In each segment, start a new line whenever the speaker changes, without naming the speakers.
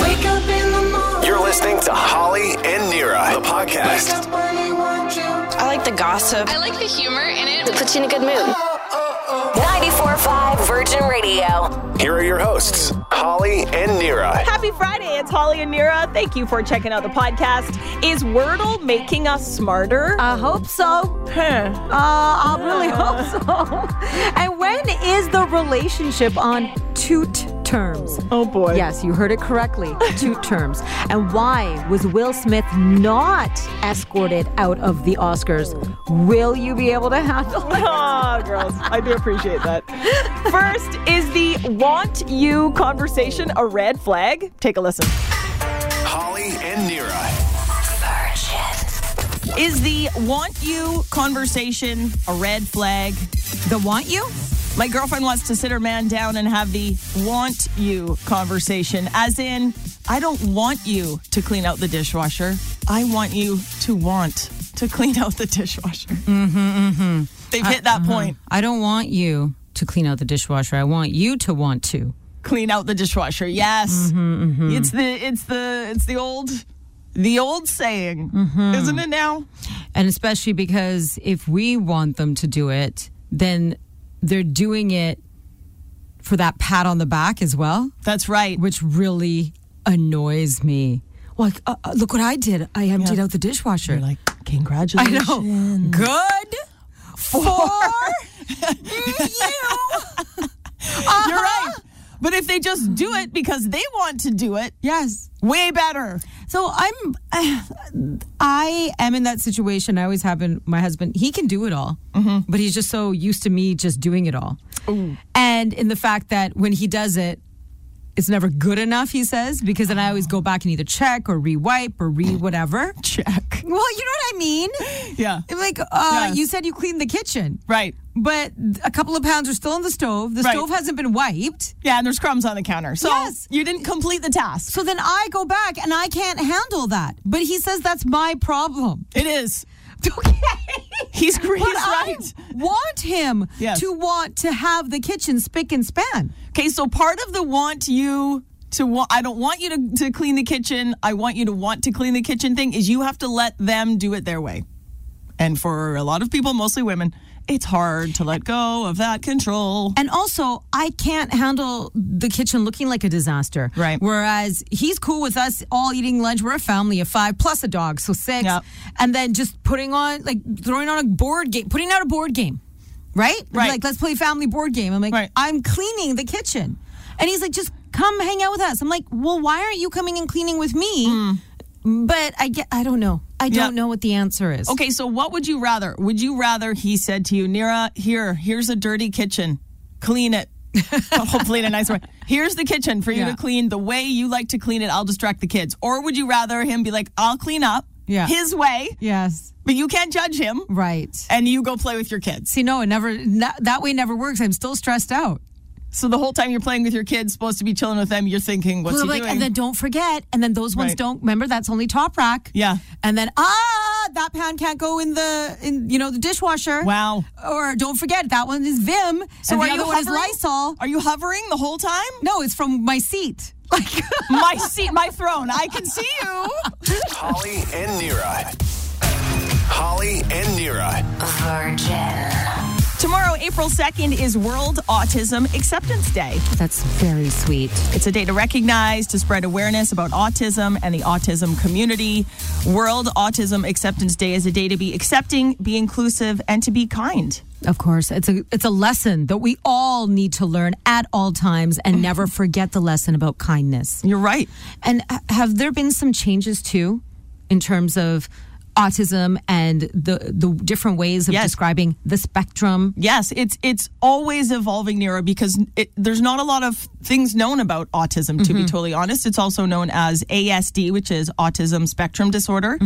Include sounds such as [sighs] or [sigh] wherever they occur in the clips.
Wake up in the morning.
You're listening to Holly and Nira, the
Wake
podcast.
up when he wants you.
I like the gossip.
I like the humor in it.
puts you in a good mood.
945 Virgin Radio.
Here are your hosts, Holly and Nira.
Happy Friday. It's Holly and Nira. Thank you for checking out the podcast. Is Wordle making us smarter?
I hope so. Uh, I really hope so. And when is the relationship on toot terms?
oh boy.
Yes, you heard it correctly. Toot [laughs] terms. And why was Will Smith not escorted out of the Oscars? Will you be able to handle it?
Oh, girls, I do appreciate that. First, is the want you conversation a red flag? Take a listen.
Holly and Nira.
Is the want you conversation a red flag? The want you? My girlfriend wants to sit her man down and have the want you conversation, as in, I don't want you to clean out the dishwasher. I want you to want to clean out the dishwasher. Mm-hmm, They've hit that point.
I don't want you to clean out the dishwasher. I want you to want to.
Clean out the dishwasher. Yes, it's the it's the it's the old the old saying, isn't it now?
And especially because if we want them to do it, then they're doing it for that pat on the back as well,
That's right.
which really annoys me. Like, uh, uh, look what I did. I emptied out the dishwasher.
You're like,
[laughs] I
congratulations.
know. Good for
[laughs]
you.
You're right. But if they just do
[laughs]
it because they want to do it,
Yes.
way better.
So I'm, [sighs] I am in that situation. I always have been. My husband, he can do it all,
Mm-hmm.
but he's just so used to me just doing it all. And in the fact that when he does it, it's never good enough. He says because then I always go back and either check or rewipe or re whatever.
[laughs] Check.
Well, you know what I mean.
Yeah.
I'm Like uh,
Yes.
you said, you cleaned the kitchen,
Right.
But a couple of pounds are still on the stove. The
Right.
stove hasn't been wiped.
Yeah, and there's crumbs on the counter. So
Yes.
you didn't complete the task.
So then I go back and I can't handle that. But he says that's my problem. [laughs]
It is.
Okay.
He's great.
But
He's
I
right.
want him
Yes.
to want to have the kitchen spick and span.
Okay, so part of the want you to want, I don't want you to, to clean the kitchen. I want you to want to clean the kitchen thing is you have to let them do it their way. And for a lot of people, mostly women, it's hard to let go of that control.
And also, I can't handle the kitchen looking like a disaster.
Right.
Whereas he's cool with us all eating lunch. We're a family of five plus a dog, so six.
Yep.
And then just putting on, like, throwing on a board game, putting out a board game, right?
Right.
Like, let's play family board game. I'm like,
Right.
I'm cleaning the kitchen. And he's like, just come hang out with us. I'm like, well, why aren't you coming and cleaning with me?
Mm.
But I get, I don't know. I don't know what the answer is.
Okay, so what would you rather? Would you rather he said to you, Nira, here, here's a dirty kitchen. Clean it. [laughs] Well, Hopefully in a nice way. Here's the kitchen for you to
Yeah.
clean the way you like to clean it. I'll distract the kids. Or would you rather him be like, I'll clean up
Yeah.
his way,
Yes.
but you can't judge him
Right.
and you go play with your kids.
See, no, it never, na- that way never works. I'm still stressed out.
So the whole time you're playing with your kids, supposed to be chilling with them, you're thinking, what's
Well,
he
like,
doing?
and then don't forget, and then those ones
Right.
don't. Remember, that's only top rack.
Yeah.
And then ah, that pan can't go in the in you know the dishwasher.
Wow.
Or don't forget that one is Vim.
so
and
are
the
you
other one is
hovering?
Lysol.
Are you hovering the whole time?
No, it's from my seat. [laughs] Like
My seat, my throne. I can see you.
Holly and Nira. Holly and Nira.
Tomorrow, April 2nd, is World Autism Acceptance Day.
that's very sweet.
It's a day to recognize, to spread awareness about autism and the autism community. World Autism Acceptance Day is a day to be accepting, be inclusive, and to be kind.
Of course, it's a it's a lesson that we all need to learn at all times [laughs] and never forget the lesson about kindness.
You're right.
And h- have there been some changes too in terms of autism and the the different ways of
Yes.
describing the spectrum?
Yes, it's it's always evolving, Nero, because it, there's not a lot of things known about autism. To be totally honest, it's also known as ASD, which is autism spectrum disorder,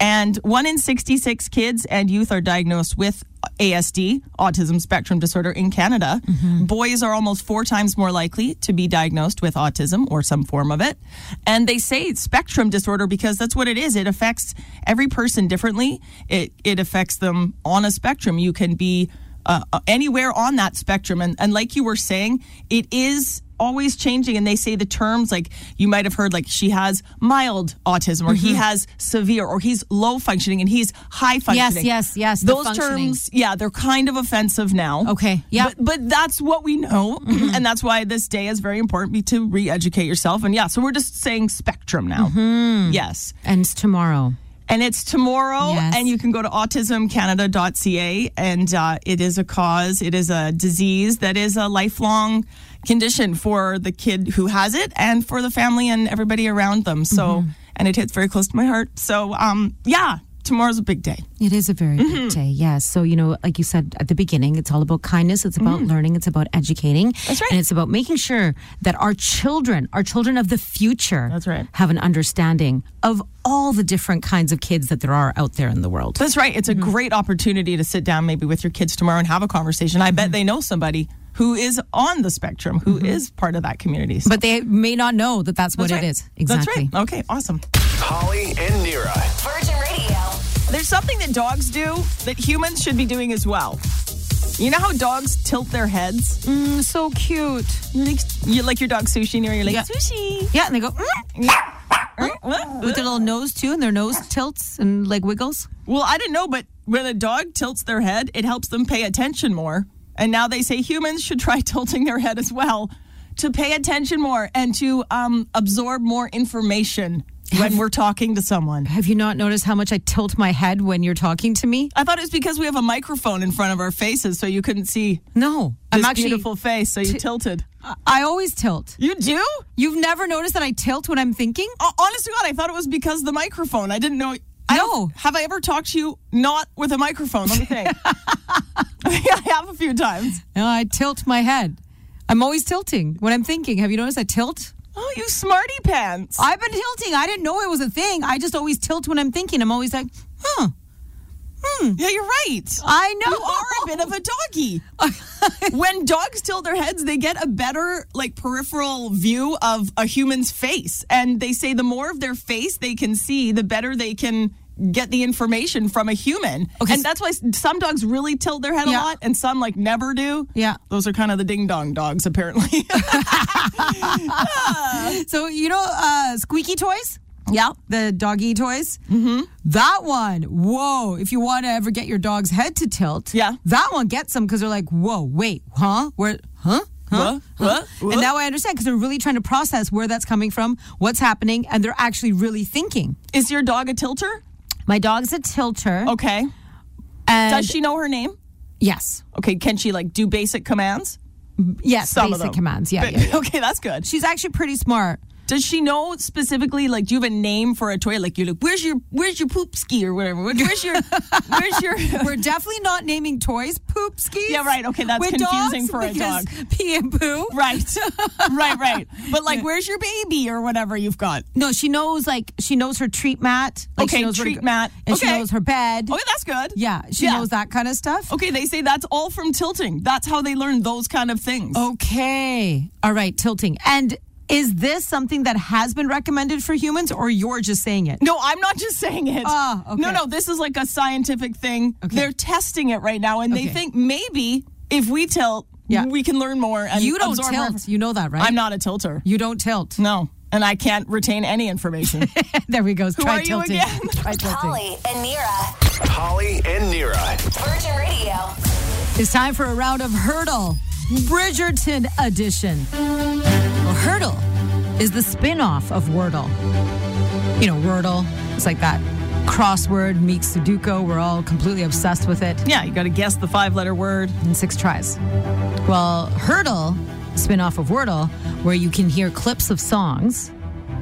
and one in 66 kids and youth are diagnosed with ASD, autism spectrum disorder, in Canada. Boys are almost four times more likely to be diagnosed with autism or some form of it, and they say it's spectrum disorder because that's what it is. It affects every person differently. It it affects them on a spectrum. uh, You can be uh, anywhere on that spectrum. And, and like you were saying, it is always changing and they say the terms like you might have heard like she has mild autism or he has severe or he's low functioning and he's high functioning.
Mm-hmm. yes, yes, the
Those
functioning.
terms, yeah, they're kind of offensive now.
Okay, Mm-hmm. yeah.
But, but that's what we know and that's why this day is very important to re-educate yourself and yeah, so we're just saying spectrum now.
Mm-hmm.
Yes.
Ends tomorrow.
And it's tomorrow,
Yes.
and you can go to autismcanada.ca, and uh, it is a cause, it is a disease that is a lifelong condition for the kid who has it and for the family and everybody around them. So,
Mm-hmm.
and it hits very close to my heart. So, um, yeah, tomorrow's a big day.
It is a very
Mm-hmm.
big day, yes. So, you know, like you said at the beginning, it's all about kindness, it's about learning, it's about educating.
Mm-hmm. That's right.
And it's about making sure that our children, our children of the future,
That's right.
have an understanding of all the different kinds of kids that there are out there in the world.
That's right. It's a
Mm-hmm.
great opportunity to sit down maybe with your kids tomorrow and have a conversation. I
Mm-hmm.
bet they know somebody who is on the spectrum, who is part of that community. So
But they may not know that that's, what
that's right.
Mm-hmm. it is. Exactly.
That's right. Okay, awesome.
Holly and Nira.
Virgin Radio.
There's something that dogs do that humans should be doing as well. You know how dogs tilt their heads?
Mm, So cute.
You like, you like your dog sushi, near you're like
Yeah.
sushi. [laughs]
Yeah, and they go "Mm,
What?
with their little nose too, and their nose tilts and like wiggles.
Well, I didn't know, but when a dog tilts their head, it helps them pay attention more. And now they say humans should try [laughs] tilting their head as well to pay attention more and to um, absorb more information when we're talking to someone.
Have you not noticed how much I tilt my head when you're talking to me?
I thought it was because we have a microphone in front of our faces, so you couldn't see this
No, I'm actually
beautiful face, so you tilted.
I- I always tilt.
You do?
You've never noticed that I tilt when I'm thinking?
Oh, honest to God, I thought it was because the microphone. I didn't know. I don't-
No.
Have I ever talked to you not with a microphone? Let me [laughs] think. I think I have a few times.
No, I tilt my head. I'm always tilting when I'm thinking. Have you noticed I tilt?
Oh, you smarty pants.
I've been tilting. I didn't know it was a thing. I just always tilt when I'm thinking. I'm always like, huh.
Uh, yeah, you're right.
I know.
[laughs] You are a bit of a [laughs] doggy. when dogs tilt their heads, they get a better like peripheral view of a human's face, and they say the more of their face they can see, the better they can get the information from a human.
Okay,
and
s-
that's why s- some dogs really tilt their head
Yeah.
a lot, and some like never do.
Yeah.
those are kind of the ding dong dogs, apparently. [laughs]
So you know, uh, squeaky toys. Yeah, the doggy toys. Mm-hmm. That one, whoa! If you want to ever get your dog's head to tilt,
Yeah.
that one gets them because they're like, whoa, wait, huh? Where, huh? Huh?
What?
Huh?
What?
And now I understand because they're really trying to process where that's coming from, what's happening, and they're actually really thinking. Oh,
Is your dog a tilter?
My dog's a tilter.
Okay.
and
Does she know her name?
Yes,
Okay, can she like do basic commands?
yes.
Some of
basic
them.
commands. Yeah,
Ba-
yeah, yeah.
[laughs] Okay, that's good.
She's actually pretty smart.
Does she know specifically? Like, do you have a name for a toy? Like, you're like, where's your where's your poop ski or whatever? Where- Where's your where's [laughs] your?
We're definitely not naming toys poop skis.
Yeah, right. Okay, that's
with
confusing
dogs
for a
because
dog.
Pee and poo.
[laughs] [laughs] right, right, right. But like, where's your baby or whatever you've got?
No, she knows like she knows her treat mat. Like,
Okay,
she knows where to
treat
go-
mat.
And she
Okay.
knows her bed.
Okay, that's good.
yeah, she
Yeah.
knows that kind of stuff.
Okay, they say that's all from tilting. That's how they learn those kind of things.
Okay. All right, tilting. And is this something that has been recommended for humans or you're just saying it?
No, I'm not just saying it.
Ah, okay.
No, no, this is like a scientific thing.
Okay.
They're testing it right now, and
Okay.
they think maybe if we tilt,
Yeah.
we can learn more. And
You don't
absorb
tilt.
more-
You know that, right?
I'm not a tilter.
You don't
[laughs]
tilt.
No, and I can't retain any
[laughs]
information.
there we go. Try
are you
tilting.
again?
[laughs] Try tilting.
Holly and Nira.
Holly and Nira.
Virgin Radio.
It's time for a round of Hurdle, Bridgerton edition. Well, Hurdle is the spin off of Wordle. You know, Wordle, it's like that crossword meets Sudoku. We're all completely obsessed with it
yeah, you got to guess the five letter word.
in six tries. Well, Hurdle, spin off of Wordle, where you can hear clips of songs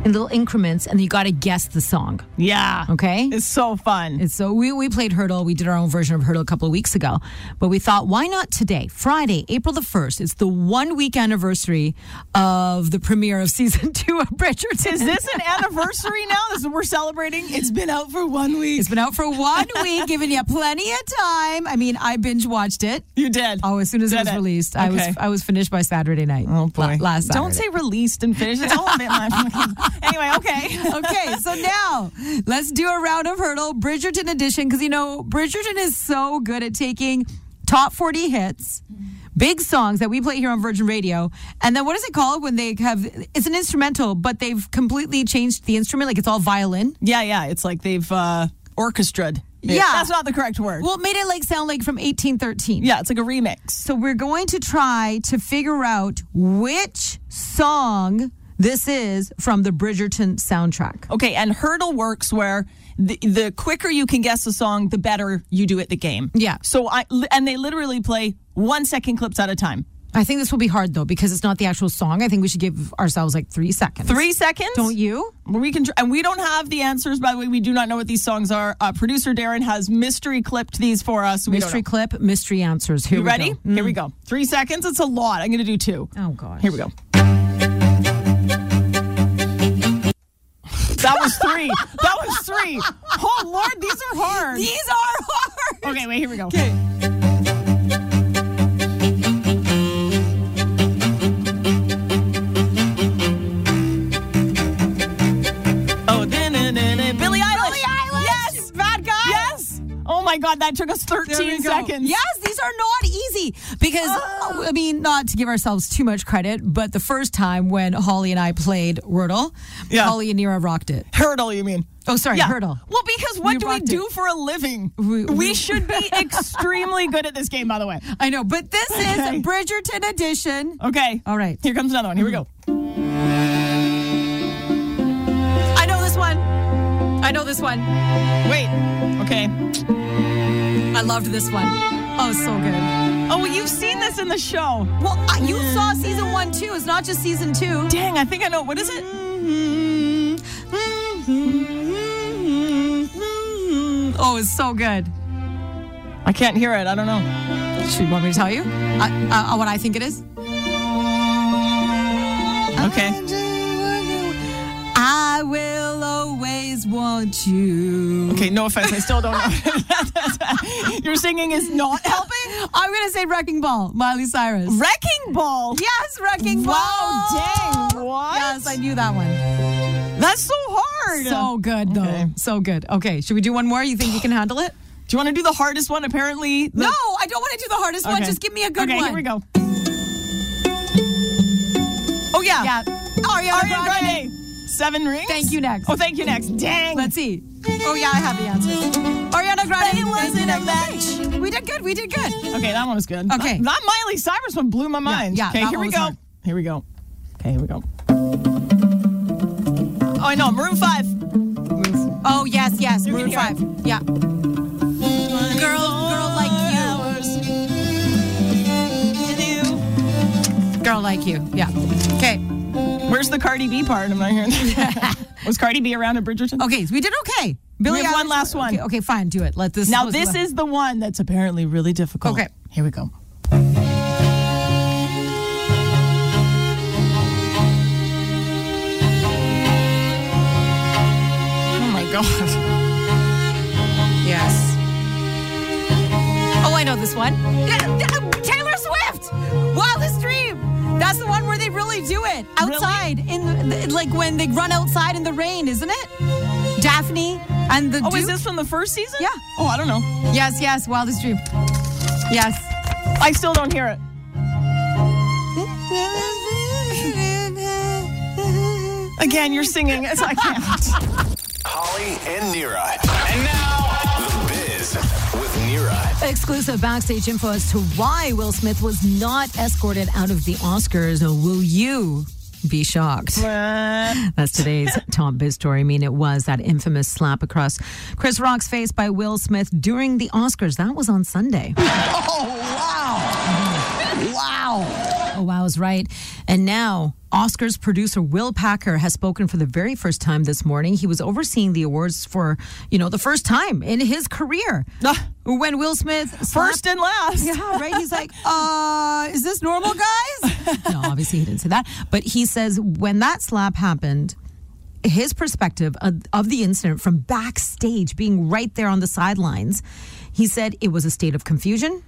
in little increments and you got to guess the song.
Yeah.
Okay.
It's so fun.
And so we, we played Hurdle. We did our own version of Hurdle a couple of weeks ago. But we thought, why not today, Friday, April the 1st? It's the one week anniversary of the premiere of season [laughs] two of Bridgerton.
is this an anniversary now? This is we're celebrating. It's been out for one week.
It's been out for one week, giving you plenty of time. I mean, I binge watched it.
you did.
Oh, as soon as it
Did
was released, I was
Okay.
I was finished by Saturday night. Oh
Boy.
last Saturday.
Don't say released and finished. It's all a
[laughs]
bit my fucking- Anyway, okay.
okay, [laughs] so now let's do a round of hurdle, Bridgerton edition, because you know Bridgerton is so good at taking top forty hits, big songs that we play here on Virgin Radio. And then what is it called when they have it's an instrumental, but they've completely changed the instrument, like it's all violin.
Yeah, yeah. It's like they've uh, orchestrated.
Yeah.
That's not the correct word.
Well, it made it like sound like from 1813.
yeah, it's like a remix.
So we're going to try to figure out which song this is from the Bridgerton soundtrack.
Okay, and hurdle works where the, the quicker you can guess a song, the better you do at the game.
Yeah.
So I and they literally play one second clips at a time.
I think this will be hard though because it's not the actual song. I think we should give ourselves like three seconds.
Three seconds.
Don't you?
We can, tr- and we don't have the answers. By the way, we do not know what these songs are. Uh, Producer Darren has mystery clipped these for us. We don't
Mystery
know.
clip, mystery answers. Here
You
we
ready?
go. Mm.
Here we go. Three seconds. It's a lot. I'm going to do two.
Oh gosh.
Here we go. That was three. that was three. Oh Lord, these are hard.
These are hard.
Okay, wait. Here we go. Oh, da-na-na-na. Billie Eilish. Billie Eilish. Yes. Bad guy. Yes. Oh my God, that took us 13 seconds.
Yes, these are not easy because
Oh.
I mean, not to give ourselves too much credit, but the first time when Holly and I played Wordle,
Yeah.
Holly and Nira rocked it.
Hurdle, you mean?
Oh, sorry,
Yeah.
hurdle.
Well, because what
You
do we
rocked it.
do for a living?
We-
We,
we-
should
[laughs]
be extremely good at this game, by the way.
I know, but this
Okay.
is Bridgerton edition.
Okay.
All right.
Here comes another one. Here we go.
I know this one. I know this one.
Wait. Okay.
I loved this one. Oh, so good.
Oh, well, you've seen this in the show.
Well, I, you saw season one too. It's not just season two.
Dang, I think I know. What is it?
Oh, it's so good.
I can't hear it. I don't know.
Should you want me to tell you I, uh, what I think it is?
Okay.
I will always want you.
Okay, no offense. I still don't know. [laughs] Your singing is not helping.
I'm gonna say Wrecking Ball, Miley Cyrus.
Wrecking Ball.
yes, Wrecking
Wow,
Ball.
dang, what?
Yes, I knew that one.
That's so hard.
So good though.
Okay.
So good. Okay, should we do one more? You think you can handle it?
do you want to do the hardest one? Apparently, the-
No, I don't want to do the hardest one.
Okay.
Just give me a good
okay,
one.
Here we go. Oh yeah.
Yeah. Ariana,
Ariana
Grande.
Grande. Seven rings.
Thank you, next.
Oh, thank you next. Dang.
Let's see. Oh yeah, I have the answers. Ariana Grande. It wasn't a match. We did good. We did good.
okay, that one was good.
Okay.
That, that Miley Cyrus one blew my mind.
yeah,
Okay,
that
here
one
we
was
go.
hard.
Here we go. Okay, here we go. Oh, I know. Maroon Five.
Oh yes, yes.
You
Maroon
can hear
Five. Yeah. Girl, girl like you. Girl like you. Yeah. Okay.
Where's the Cardi B part? I'm not hearing
[laughs]
that. Was Cardi B around at Bridgerton?
Okay. So we did okay. Billy,
have one last one.
Okay, okay, fine. Do it. Let this.
Now
was-
this is the one that's apparently really difficult.
Okay. Oh,
Here we go. Oh my god.
yes. Oh, I know this one. Yeah, yeah, Taylor Swift. Wildest Dream. That's the one where they really do it outside in the, like when they run outside in the rain, isn't it? Daphne and the.
Oh, is
Duke?
this from the first season?
Yeah.
Oh, I don't know.
Yes, yes. Wildest Dream. Yes.
I still don't hear it. Again, you're singing. It's, I
[laughs]
can't.
Holly and Nira. And now, The Biz with Nira.
Exclusive backstage info as to why Will Smith was not escorted out of the Oscars. Will you be shocked?
[laughs]
That's today's top biz story. I mean, it was that infamous slap across Chris Rock's face by Will Smith during the Oscars. That was
[laughs]
on Sunday. Oh, wow, is right. And now, Oscars producer Will Packer has spoken for the very first time this morning. He was overseeing the awards for, you know, the first time in his career.
Ah.
when Will Smith slapped-
First and last.
yeah, right. He's [laughs] like, uh, is this normal, guys? [laughs] no, obviously he didn't say that. But he says when that slap happened, his perspective of, of the incident from backstage, being right there on the sidelines, he said it was a state of confusion,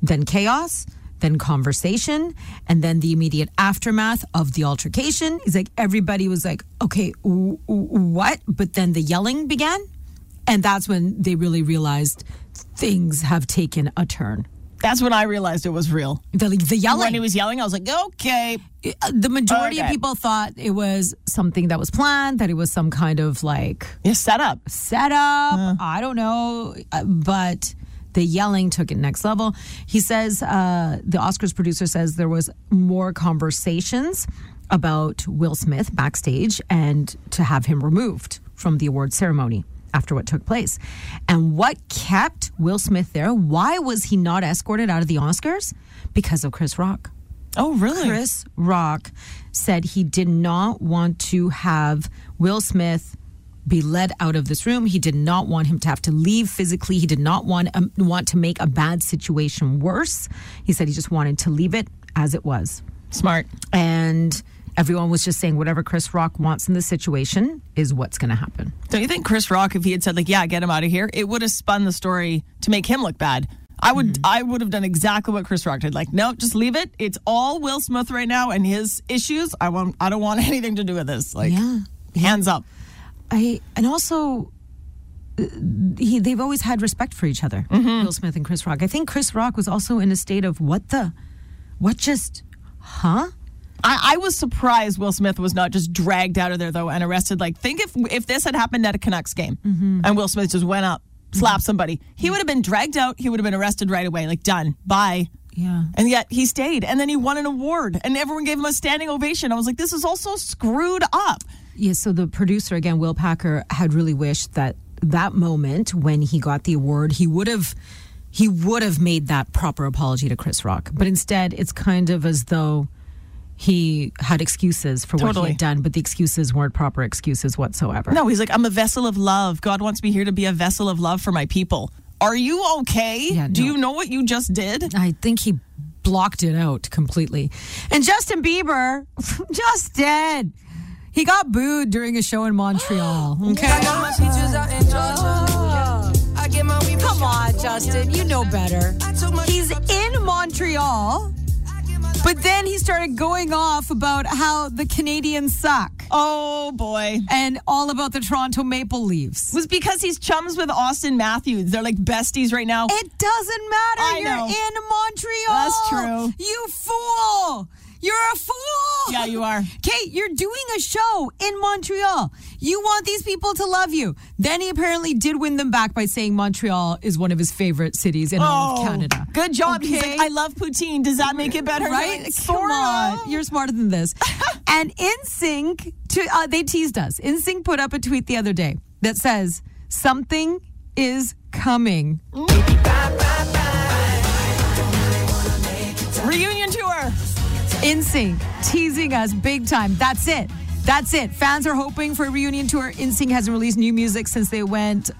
then chaos. Then conversation, and then the immediate aftermath of the altercation. He's like, everybody was like, okay, w- w- what? But then the yelling began, and that's when they really realized things have taken a turn.
That's when I realized it was real.
The, the
When
yelling.
he was yelling, I was like, okay.
Uh, the majority of
Okay.
people thought it was something that was planned, that it was some kind of like
You set up.
setup. I don't know, uh, but the yelling took it next level. He says uh, the Oscars producer says there was more conversations about Will Smith backstage and to have him removed from the award ceremony after what took place. And what kept Will Smith there? Why was he not escorted out of the Oscars? Because of Chris Rock.
Oh, really?
Chris Rock said he did not want to have Will Smith be led out of this room. He did not want him to have to leave physically. He did not want um, want to make a bad situation worse. He said he just wanted to leave it as it was.
Smart.
And everyone was just saying whatever Chris Rock wants in the situation is what's going to happen.
Don't you think Chris Rock, if he had said, like, yeah, get him out of here, it would have spun the story to make him look bad. I would
Mm-hmm.
I would have done exactly what Chris Rock did. Like, no, just leave it. It's all Will Smith right now and his issues. I want I don't want [laughs] anything to do with this. Like
Yeah.
hands up.
I and also uh, he, they've always had respect for each other, Will Smith and Chris Rock. I think Chris Rock was also in a state of what the, what just, huh?
I, I was surprised Will Smith was not just dragged out of there though and arrested. Like, think if if this had happened at a Canucks game
Mm-hmm.
and Will Smith just went up, slapped somebody, he would have been dragged out. He would have been arrested right away. Like, done, bye.
Yeah.
And yet he stayed, and then he won an award, and everyone gave him a standing ovation. I was like, this is all so screwed up.
Yeah. So the producer again, Will Packer, had really wished that that moment when he got the award, he would have, he would have made that proper apology to Chris Rock. But instead, it's kind of as though he had excuses for what
Totally.
he had done, but the excuses weren't proper excuses whatsoever.
No, he's like, I'm a vessel of love. God wants me here to be a vessel of love for my people. Are you okay?
Yeah,
Do
no.
you know what you just did?
I think he blocked it out completely. And Justin Bieber, [laughs] Justin, he got booed during a show
[gasps]
in Montreal. Okay. Come on, Justin, you know better. He's in Montreal, but then he started going off about how the Canadians suck
Oh boy.
and all about the Toronto Maple Leaves.
was because he's chums with Austin Matthews. They're like besties right now.
It doesn't matter.
I
You're
know.
in Montreal.
That's true.
You fool. You're a fool.
Yeah, you are.
Kate, you're doing a show in Montreal. You want these people to love you. Then he apparently did win them back by saying Montreal is one of his favorite cities in all of Canada.
Oh, Good job. He's
Okay.
like, I love poutine. Does that make it better?
Right?
Like,
Come
sort of.
on. You're smarter than this. and InSync, to, uh, they teased us. InSync put up a tweet the other day that says, Something is coming.
Reunion tour.
In sync, teasing us big time. That's it. That's it. Fans are hoping for a reunion tour. In sync hasn't released new music since they went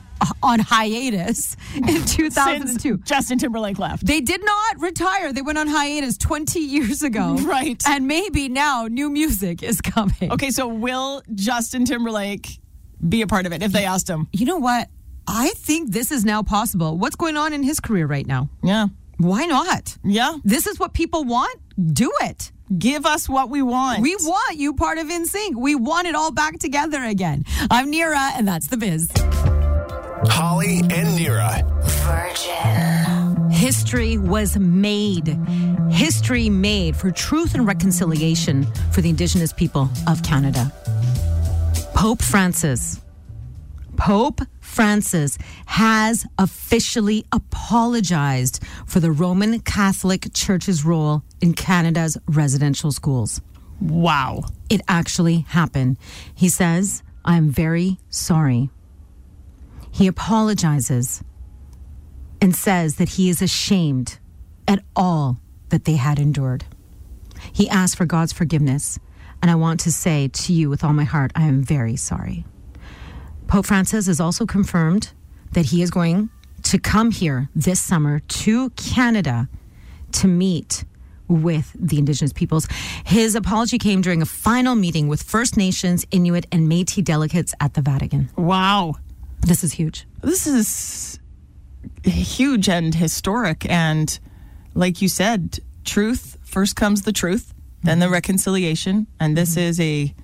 on hiatus [laughs] in 2002.
Since Justin Timberlake left.
they did not retire. They went on hiatus 20 years [laughs] ago.
Right.
And maybe now new music is coming.
Okay, so will Justin Timberlake be a part of it if they asked him?
You know what? I think this is now possible. What's going on in his career right now?
Yeah.
Why not?
Yeah.
This is what people want. Do it.
Give us what we want.
We want you part of NSYNC. We want it all back together again. I'm Nira, and that's the biz.
Holly and Nira.
Virgin.
History was made. History made for truth and reconciliation for the Indigenous people of Canada. Pope Francis. Pope Francis has officially apologized for the Roman Catholic Church's role in Canada's residential schools.
wow.
it actually happened. He says, I'm very sorry. He apologizes and says that he is ashamed at all that they had endured. He asked for God's forgiveness, and I want to say to you with all my heart, I am very sorry. Pope Francis has also confirmed that he is going to come here this summer to Canada to meet with the Indigenous peoples. His apology came during a final meeting with First Nations, Inuit, and Metis delegates at the Vatican.
Wow.
This is huge.
This is huge and historic. And like you said, truth first comes the truth, then the reconciliation. And this is a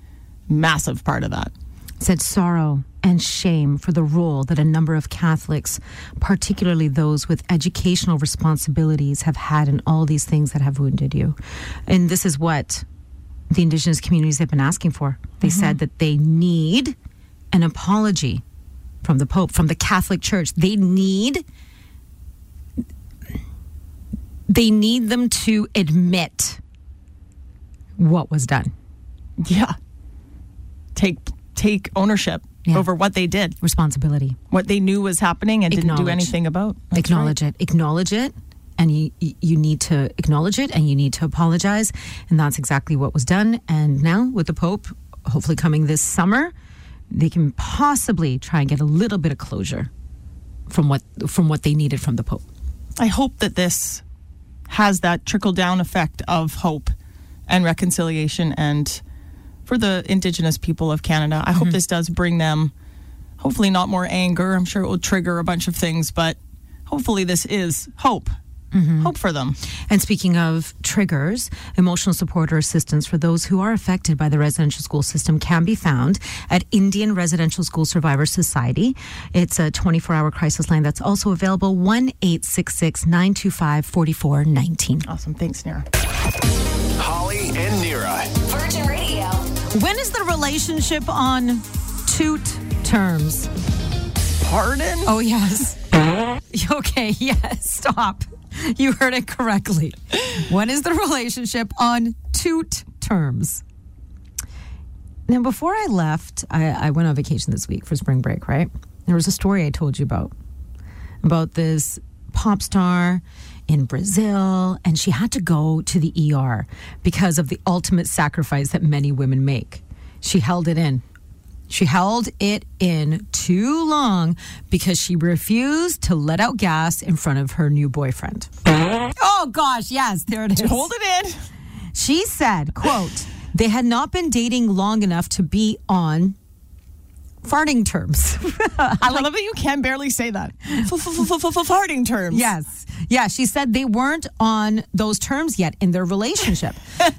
massive part of that.
said sorrow and shame for the role that a number of Catholics, particularly those with educational responsibilities, have had in all these things that have wounded you. And this is what the indigenous communities have been asking for. They said that they need an apology from the Pope, from the Catholic Church. They need they need them to admit what was done.
Yeah. Take take ownership
Yeah.
over what they did,
Responsibility.
what they knew was happening and didn't do
Acknowledge.
anything about. That's right.
acknowledge it. Acknowledge it. And you, you- you need to acknowledge it and you need to apologize. And that's exactly what was done. And now, with the Pope hopefully coming this summer, they can possibly try and get a little bit of closure from what from what they needed from the Pope.
I hope that this has that trickle down effect of hope and reconciliation and for the indigenous people of Canada. I hope this does bring them hopefully not more anger. I'm sure it will trigger a bunch of things, but hopefully this is hope. Hope for them.
And speaking of triggers, emotional support or assistance for those who are affected by the residential school system can be found at Indian Residential School Survivors Society. It's a 24 hour crisis line that's also available 1 866 925 4419.
Awesome. Thanks, Nira.
Holly and Nira.
Virgin Radio.
When is the relationship on toot terms?
Pardon?
Oh, yes. [laughs] okay, yes, stop. You heard it correctly. When is the relationship on toot terms? Now, before I left, I, I went on vacation this week for spring break, right? There was a story I told you about about this pop star in Brazil, and she had to go to the ER because of the ultimate sacrifice that many women make. She held it in. She held it in too long because she refused to let out gas in front of her new boyfriend. oh gosh, yes, there it is.
Hold it in.
She said, quote, they had not been dating long enough to be on farting terms.
[laughs]
[laughs]
I love that you can barely say that. Farting terms.
Yes. Yeah. She said they weren't on those terms yet in
[laughs]
their relationship.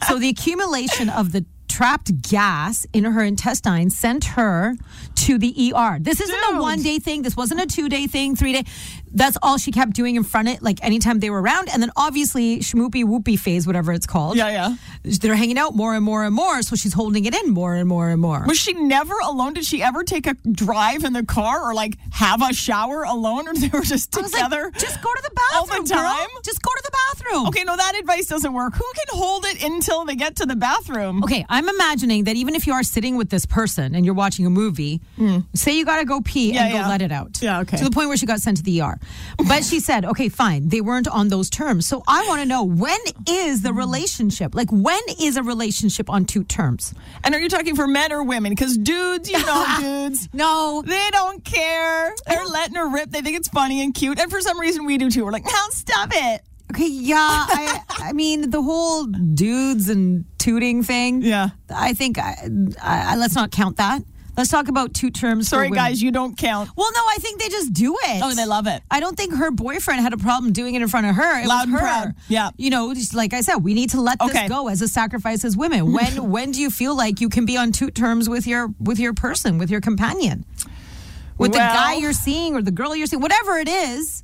so the accumulation of the trapped gas in her intestine sent her to the ER. This isn't a
Dude.
one day thing. This wasn't a two day thing, three day. That's all she kept doing in front of like anytime they were around. And then obviously schmoopy whoopy phase, whatever it's called.
Yeah, yeah.
They're hanging out more and more and more. So she's holding it in more and more and more.
Was she never alone? Did she ever take a drive in the car or like have a shower alone or [laughs] they were just
I was like,
together?
just go to the
all the
bathroom. girl.
time?
Just go to the bathroom.
Okay, no, that advice doesn't work. Who can hold it until they get to the bathroom?
Okay, I'm imagining that even if you are sitting with this person and you're watching a movie, say you gotta go pee
Yeah,
and go
yeah.
let it out.
Yeah, okay.
To the point where she got sent to the ER. But she said, okay, fine, they weren't on those terms. So I wanna know when is the relationship? Like, when is a relationship on two terms?
And are you talking for men or women? Because dudes, you know,
[laughs]
dudes.
No.
They don't care. They're letting her rip. They think it's funny and cute. And for some reason, we do too. We're like, now stop it.
Okay, yeah, I, I mean, the whole dudes and tooting thing.
Yeah.
I think, I, I, let's not count that. Let's talk about two terms. for
Sorry,
women.
guys, you don't count.
Well, no, I think they just do it.
Oh, they love it.
I don't think her boyfriend had a problem doing it in front of her. It
Loud
was
and
her.
proud. Yeah.
You know, just like I said, we need to let
Okay.
this go as a sacrifice as women.
[laughs]
When when do you feel like you can be on two terms with your with your person, with your companion? With the
Well- [laughs]
guy you're seeing or the girl you're seeing, whatever it is.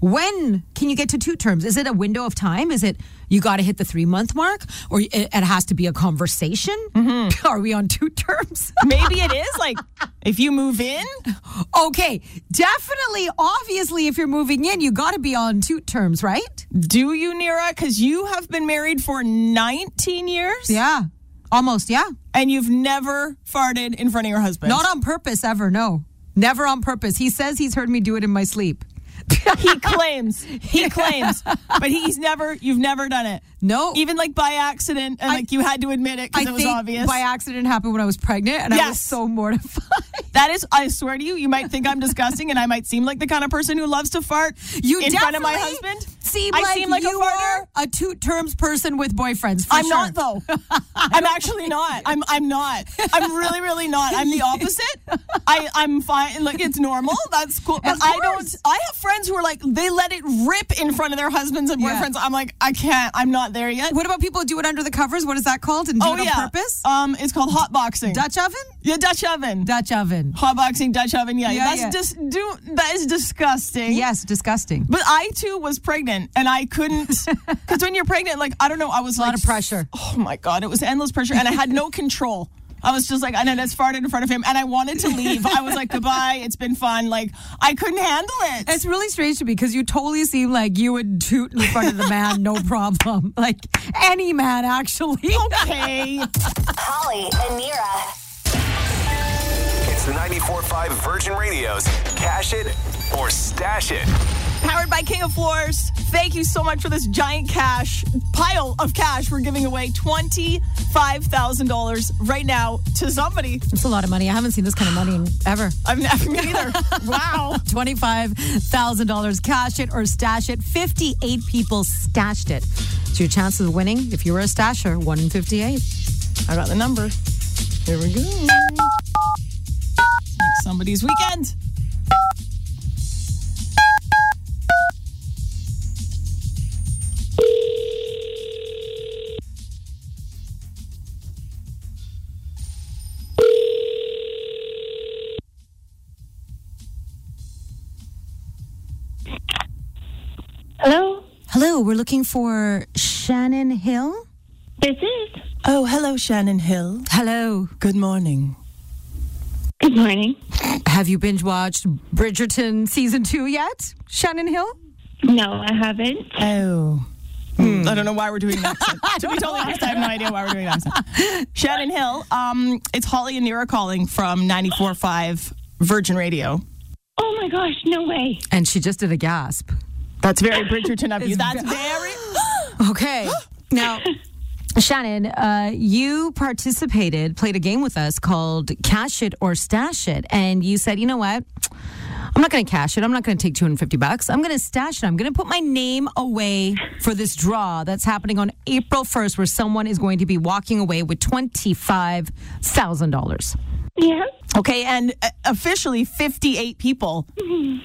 When can you get to two terms? Is it a window of time? Is it you got to hit the three month mark, or it, it has to be a conversation?
Mm-hmm.
[laughs] Are we on two terms?
Maybe it is like if you move in,
[laughs] Okay, definitely, obviously, if you're moving in, you got to be on two terms, right?
do you, Nira? Because you have been married for 19 years.
Yeah, almost. Yeah,
and you've never farted in front of your husband.
not on purpose ever. No, never on purpose. He says he's heard me do it in
[laughs]
my sleep.
he claims. He claims. But he's never you've never done it.
No,
Even like by accident and
I-
like you had to admit it
I
because it was
think
obvious.
by accident happened when I was pregnant, and I was
Yes.
so mortified.
that is I swear to you, you might think I'm disgusting and I might seem like the kind of person who loves to fart
You
[laughs] in front of my
definitely
husband.
seem
I
like
seem like a
you
farter?
are a two terms person with boyfriends. For
I'm
sure.
not
[laughs]
though. I'm actually not. I'm I'm not. I'm really really not. I'm the
[laughs]
opposite. I I'm fine. Like it's normal. That's cool. But I don't.
course.
I have friends who are like they let it rip in front of their husbands and
Yeah.
boyfriends. I'm like I can't. I'm not there yet.
What about people who do it under the covers? What is that called? And do
oh
it on
yeah.
purpose?
Um, it's called hot boxing.
Dutch oven?
yeah, Dutch oven.
Dutch oven.
hot boxing Dutch oven. Yeah,
Yeah,
that's
yeah.
just do. That is disgusting.
Yes, disgusting.
But I too was pregnant and I
[laughs]
couldn't because when you're pregnant, like I don't know, I was like
lot of pressure.
Oh my god, it was endless pressure and I had no control. I was just like, and then it's farted in front of him and I wanted to leave. I was like, goodbye, it's been fun. Like I couldn't handle it.
It's really strange to me because you totally seem like you would toot in front of the man, [laughs] no problem. Like any man, actually.
okay.
Holly and Nira.
It's 94.5 Virgin Radio's Cash It or Stash It.
Powered by King of Floors. Thank you so much for this giant cash pile of cash. We're giving away $25,000 right now to somebody.
It's a lot of money. I haven't seen this kind of money in ever.
I've never me
[laughs]
either. Wow.
$25,000. Cash it or stash it. 58 people stashed it. So your chances of winning, if you were a stasher, 1 in 58.
I got the number. Here we go. Somebody's weekend.
Hello,
Hello, we're looking for Shannon Hill.
this is.
Oh, hello, Shannon Hill.
Hello.
Good morning.
Good morning.
Have you binge watched Bridgerton season two yet, Shannon Hill?
No, I haven't.
Oh. I don't know why we're doing that. [laughs] to be totally honest, I have no idea why we're doing that. accent. Shannon Hill, um, it's Holly and Nira calling from 94.5 Virgin Radio.
Oh my gosh, no way.
And she just did a gasp.
That's very Bridgerton of you. That's very. [gasps]
Okay. now, Shannon, uh, you participated, played a game with us called Cash It or Stash It. And you said, you know what? I'm not going to cash it. I'm not going to take 250 bucks. I'm going to stash it. I'm going to put my name away for this draw that's happening on April 1st, where someone is going to be walking away with $25,000.
Yeah.
Okay, and uh, officially 58 people
Hmm.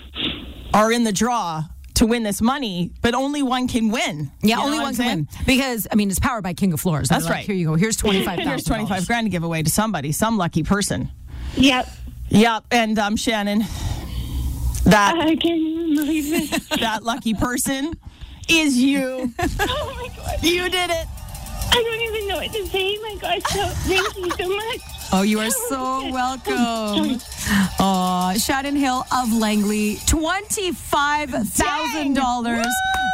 are in the draw to win this money, but only one can win.
Yeah,
You know
only
what
one
I'm
can win. Because, I mean, it's powered by King of Floors. They're
That's
like,
right.
Here you go. Here's
[laughs]
25000
Here's 25 grand to give away to somebody, some lucky person.
Yep.
Yep, and um, Shannon, that
[laughs]
I can't believe it. [laughs]
that lucky person is you.
oh my gosh.
You did it.
I don't even know what to say. Oh My gosh. So, thank you so much.
Oh, you are so welcome. Oh, Shannon Hill of Langley, $25,000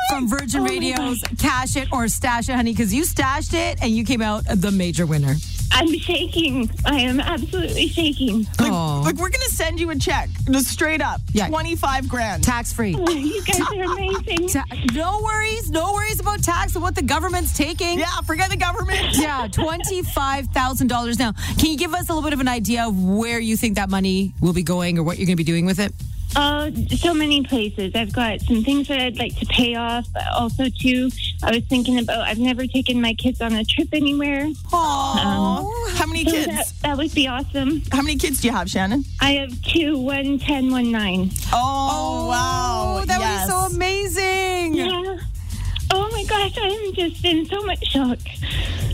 from Virgin
Oh
Radio's Cash It or Stash It, honey, because you stashed it and you came out the major winner.
I'm shaking. I am absolutely shaking. [laughs]
Like,
Oh.
like, we're gonna send you a check, just straight up,
Yeah.
25 grand.
Tax free.
You guys are amazing.
no worries, no worries about tax and what the government's taking.
Yeah, forget the
[laughs]
government.
Yeah, $25,000 now. Can you give us a little bit of an idea of where you think that money will be going or what you're going to be doing with it?
Oh, so many places. I've got some things that I'd like to pay off. But also, too, I was thinking about I've never taken my kids on a trip anywhere.
Aww. How many
So that,
kids?
that would be awesome.
How many kids do you have, Shannon?
I have two, one ten, one nine.
Oh, wow.
Oh, that
yes.
was so amazing.
Yeah. Oh my gosh, I'm just in so much shock.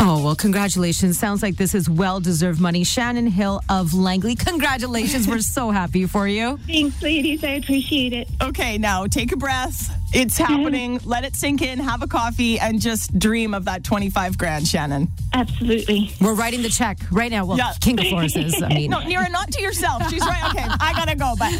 Oh, well, congratulations. Sounds like this is well deserved money. Shannon Hill of Langley, congratulations. We're so happy for you.
Thanks, ladies. I appreciate it.
Okay, now take a breath. It's happening. Let it sink in. Have a coffee and just dream of that 25 grand, Shannon.
Absolutely.
We're writing the check right now. Well,
Yeah.
King of Floors is. I mean,
No, Nira, not to yourself. She's right. Okay, I gotta go. But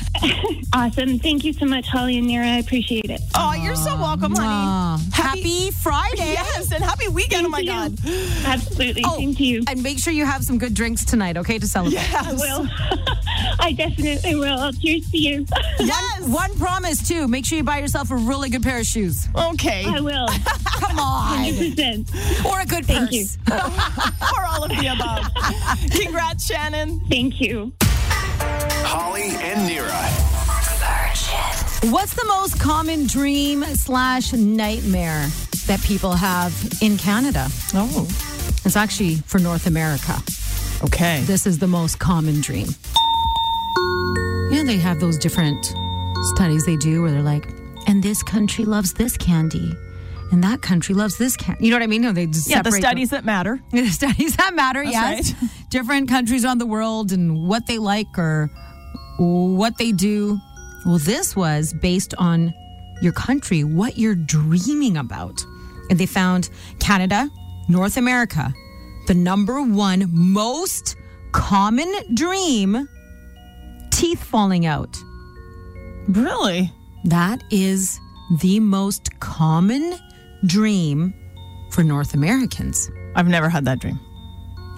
Awesome. Thank you so much, Holly and Nira. I appreciate it.
oh, you're so welcome, honey.
happy Friday.
Yes, and happy weekend. Oh my
Thank
God.
you. Absolutely.
Oh,
Thank you.
And make sure you have some good drinks tonight, okay, to celebrate.
I will. I definitely will. I'll cheers to you.
Yes.
One promise, too. Make sure you buy yourself a really good pair of shoes
[laughs] Okay.
I will.
Come on.
100%.
or a good
Thank
purse.
you.
Or all of the above.
[laughs]
Congrats, Shannon.
Thank you.
Holly and Nira.
Virgin.
What's the most common dream slash nightmare that people have in Canada?
Oh,
It's actually for North America.
okay.
This is the most common dream. Yeah, they have those different studies they do where they're like, and this country loves this candy, and that country loves this candy. You know what I mean? No, they just
yeah, the
separate them.
studies that matter.
[laughs] The studies that matter, yes.
right.
Different countries on the world and what they like or what they do. Well, this was based on your country, what you're dreaming about. And they found Canada, North America, the number one most common dream teeth falling out.
Really?
That is the most common dream for North Americans
I've never had that dream.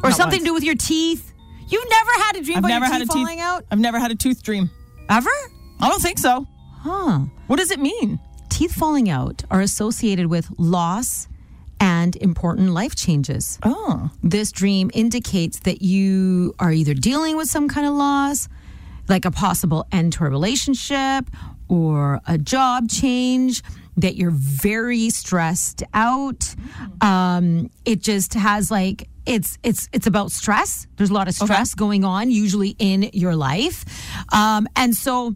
or
Not
something
once.
to do with your teeth. You've never had a dream
I've
about
never
your
had a
teeth
tooth
falling out
I've never had a tooth dream.
ever,
I don't think so.
huh?
What does it mean?
Teeth falling out are associated with loss and important life changes.
Oh,
This dream indicates that you are either dealing with some kind of loss, like a possible end to a relationship or a job change, that you're very stressed out. Um, it just has like it's it's it's about stress. There's a lot of stress going on usually in your life, um, and so.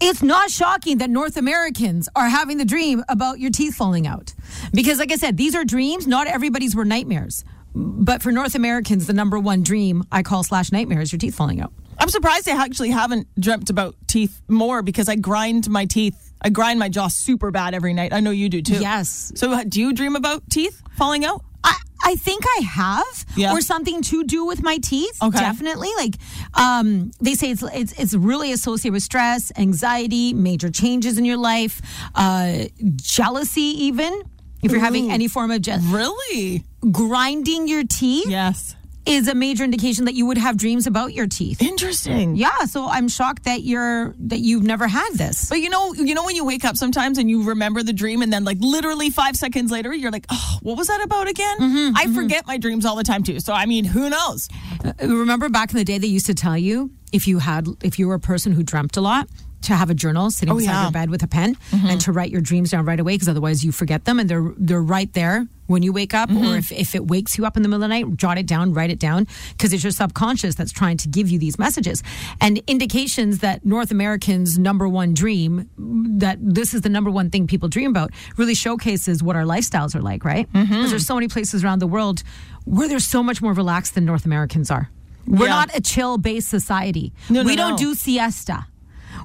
It's not shocking that North Americans are having the dream about your teeth falling out. Because, like I said, these are dreams. Not everybody's were nightmares. But for North Americans, the number one dream I call slash nightmare is your teeth falling out.
I'm surprised I actually haven't dreamt about teeth more because I grind my teeth. I grind my jaw super bad every night. I know you do too.
Yes.
So, uh, do you dream about teeth falling out?
I, I think I have,
Yeah.
or something to do with my teeth.
Okay.
Definitely, like um, they say, it's, it's it's really associated with stress, anxiety, major changes in your life, uh, jealousy, even if you're having any form of je-
Really?
grinding your teeth
Yes.
is a major indication that you would have dreams about your teeth.
Interesting.
Yeah, so I'm shocked that you're that you've never had this.
But you know, you know when you wake up sometimes and you remember the dream, and then like literally five seconds later, you're like, "Oh, what was that about again?"
Mm-hmm,
I forget my dreams all the time too. So I mean, who knows?
Uh, remember back in the day they used to tell you if you had if you were a person who dreamt a lot to have a journal sitting beside
yeah.
your bed with a pen and to write your dreams down right away because otherwise you forget them and they're they're right there when you wake up or if, if it wakes you up in the middle of the night jot it down write it down because it's your subconscious that's trying to give you these messages and indications that north americans number one dream that this is the number one thing people dream about really showcases what our lifestyles are like right because there's so many places around the world where they're so much more relaxed than north americans are we're
Yeah.
not a chill based society.
No, no,
we don't
no.
do siesta.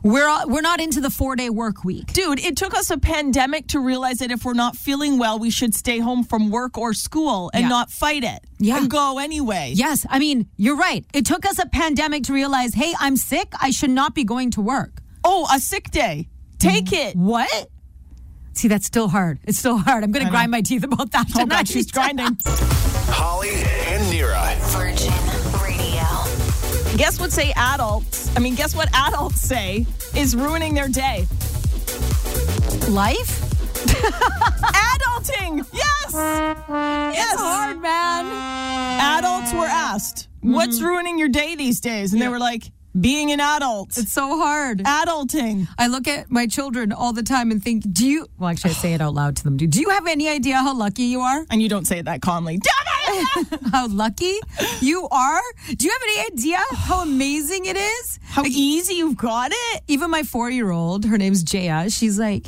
We're all, we're not into the four day work week.
Dude, it took us a pandemic to realize that if we're not feeling well, we should stay home from work or school and
Yeah.
not fight it.
Yeah.
And go anyway.
Yes, I mean you're right. It took us a pandemic to realize, hey, I'm sick. I should not be going to work.
Oh, a sick day. Take it.
What? See, that's still hard. It's still hard. I'm going to grind my teeth about that
Oh,
tonight.
God, she's grinding.
Holly and Nira.
Virgin Radio.
guess what say adults? I mean, guess what adults say is ruining their day?
[laughs] Life?
Adulting. Yes. Yes.
It's hard, man.
Adults were asked, "What's
Mm-hmm.
ruining your day these days?" And they were like, "Being an adult."
It's so hard.
adulting.
I look at my children all the time and think, do you? Well, actually, I say it out loud to them. Do do you have any idea how lucky you are?
And you don't say it that calmly. [laughs] Damn
[laughs]
it!
how lucky you are. Do you have any idea how amazing it is?
How easy you've got it.
Even my four year old, her name's Jaya, she's like,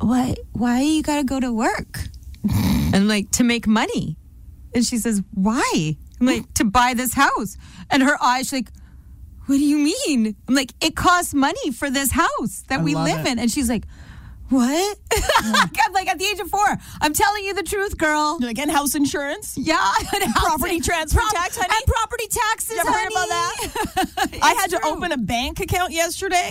What why you gotta go to work? [laughs] And I'm like, to make money. And she says, Why? I'm like, to buy this house. And her eyes she's like, What do you mean? I'm like, it costs money for this house that we
love
live
it.
in. And she's like, What? [laughs] I'm like at the age of four. I'm telling you the truth, girl.
You're like, and house insurance?
Yeah, [laughs] and
Property transfer tax, honey?
and property taxes.
You ever heard about
honey. [laughs]
I had to
true. Oh.
open a bank account yesterday,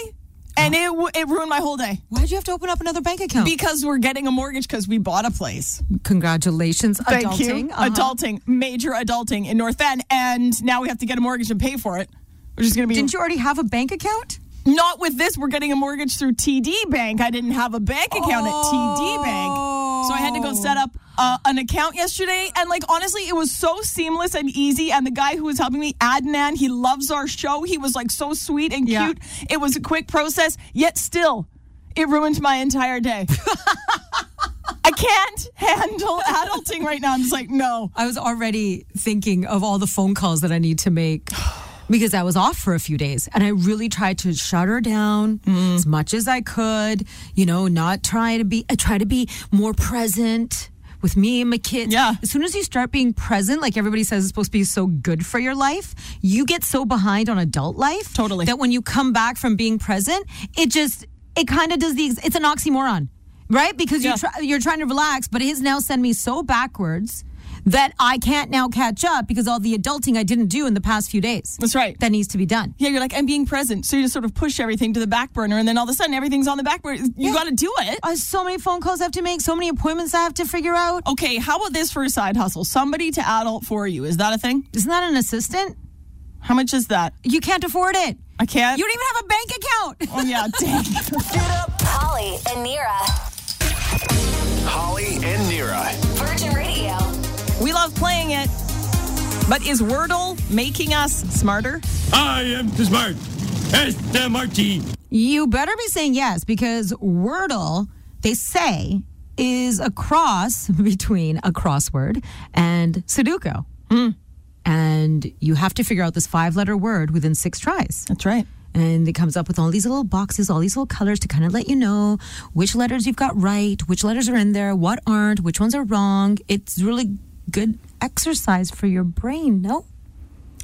and it w- it ruined my whole day
Why'd you have to open up another bank account?
because we're getting a mortgage because we bought a place.
Congratulations,
Thank
adulting.
you,
Uh-huh.
adulting, major adulting in North End, and now we have to get a mortgage and pay for it. Which is going to be
Didn't you already have a bank account?
not with this. We're getting a mortgage through TD Bank. I didn't have a bank account at TD Bank, so I had to go set up uh, an account yesterday. And like honestly, it was so seamless and easy. And the guy who was helping me, Adnan, he loves our show. He was like so sweet and
Yeah.
cute. It was a quick process, yet still. it ruined my entire day. I can't handle adulting right now. I'm just like, no.
I was already thinking of all the phone calls that I need
[sighs]
to make because I was off for a few days and I really tried to shut her down
Mm-hmm.
as much as I could, you know, not try to be I try to be more present with me and my kids.
Yeah.
As soon as you start being present, like everybody says it's supposed to be so good for your life, you get so behind on adult life.
Totally.
That when you come back from being present, it just it kind of does the ex- it's an oxymoron. Right? Because you
Yeah.
try, you're trying to relax, but his now send me so backwards that I can't now catch up because all the adulting I didn't do in the past few days.
That's right.
That needs to be done.
Yeah, you're like, I'm being present. So you just sort of push everything to the back burner, and then all of a sudden everything's on the back burner. You got to do it.
I have Uh, so many phone calls I have to make, so many appointments I have to figure out.
Okay, how about this for a side hustle? Somebody to adult for you. Is that a thing?
Isn't that an assistant?
How much is that?
You can't afford it.
I can't.
You don't even have a bank account.
oh, yeah, dang.
Holly and Nira.
Holly and Nira.
Virgin Radio.
[laughs] We love playing it. But is Wordle making us smarter?
I am smart. S-M-R-T.
You better be saying yes because Wordle, they say, is a cross [laughs] between a crossword and Sudoku. And you have to figure out this five letter word within six tries.
That's right.
And it comes up with all these little boxes, all these little colors to kind of let you know which letters you've got right, which letters are in there, what aren't, which ones are wrong. It's really good exercise for your brain, no? [gasps]
[gasps]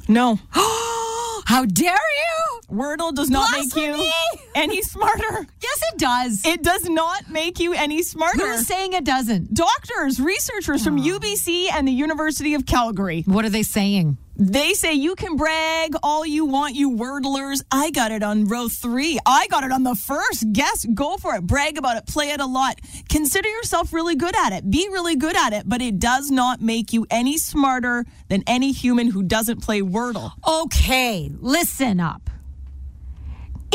No,
How dare you!
Wordle does not make you [laughs]
Blasphemy!
any smarter.
Yes, it does.
It does not make you any smarter.
Who's saying it doesn't?
Doctors, researchers from UBC and the University of Calgary.
What are they saying?
They say you can brag all you want, you wordlers. I got it on row three. I got it on the first. Guess, go for it. Brag about it. Play it a lot. Consider yourself really good at it. Be really good at it, but it does not make you any smarter than any human who doesn't play Wordle.
Okay, listen up.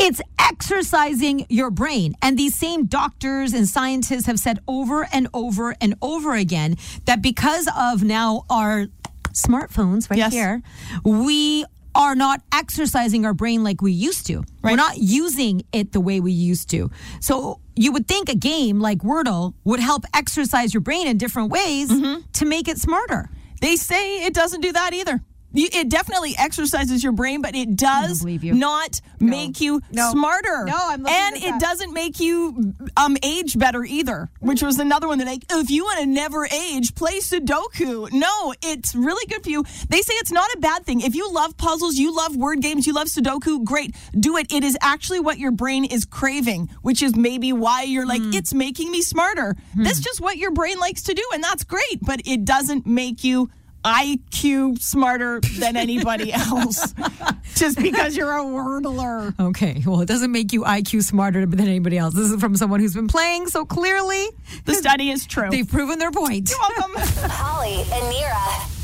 It's exercising your brain. And these same doctors and scientists have said over and over and over again that because of now our smartphones right
Yes.
here, we are not exercising our brain like we used to. We're
Right.
not using it the way we used to. So you would think a game like Wordle would help exercise your brain in different ways to make it smarter.
They say it doesn't do that either. You- It definitely exercises your brain, but it does
believe you.
not make you smarter.
No, I'm looking
and
at
it
that.
doesn't make you um, age better either, which was another one that like if you want to never age, play Sudoku. No, it's really good for you. They say it's not a bad thing. If you love puzzles, you love word games, you love Sudoku, great, do it. It is actually what your brain is craving, which is maybe why you're like it's making me smarter. That's just what your brain likes to do, and that's great, but it doesn't make you. IQ smarter than anybody else just because you're a wordler.
Okay, [laughs] well, it doesn't make you IQ smarter than anybody else. This is from someone who's been playing, so clearly
The study is true.
they've proven their point.
Welcome.
Holly and Nira.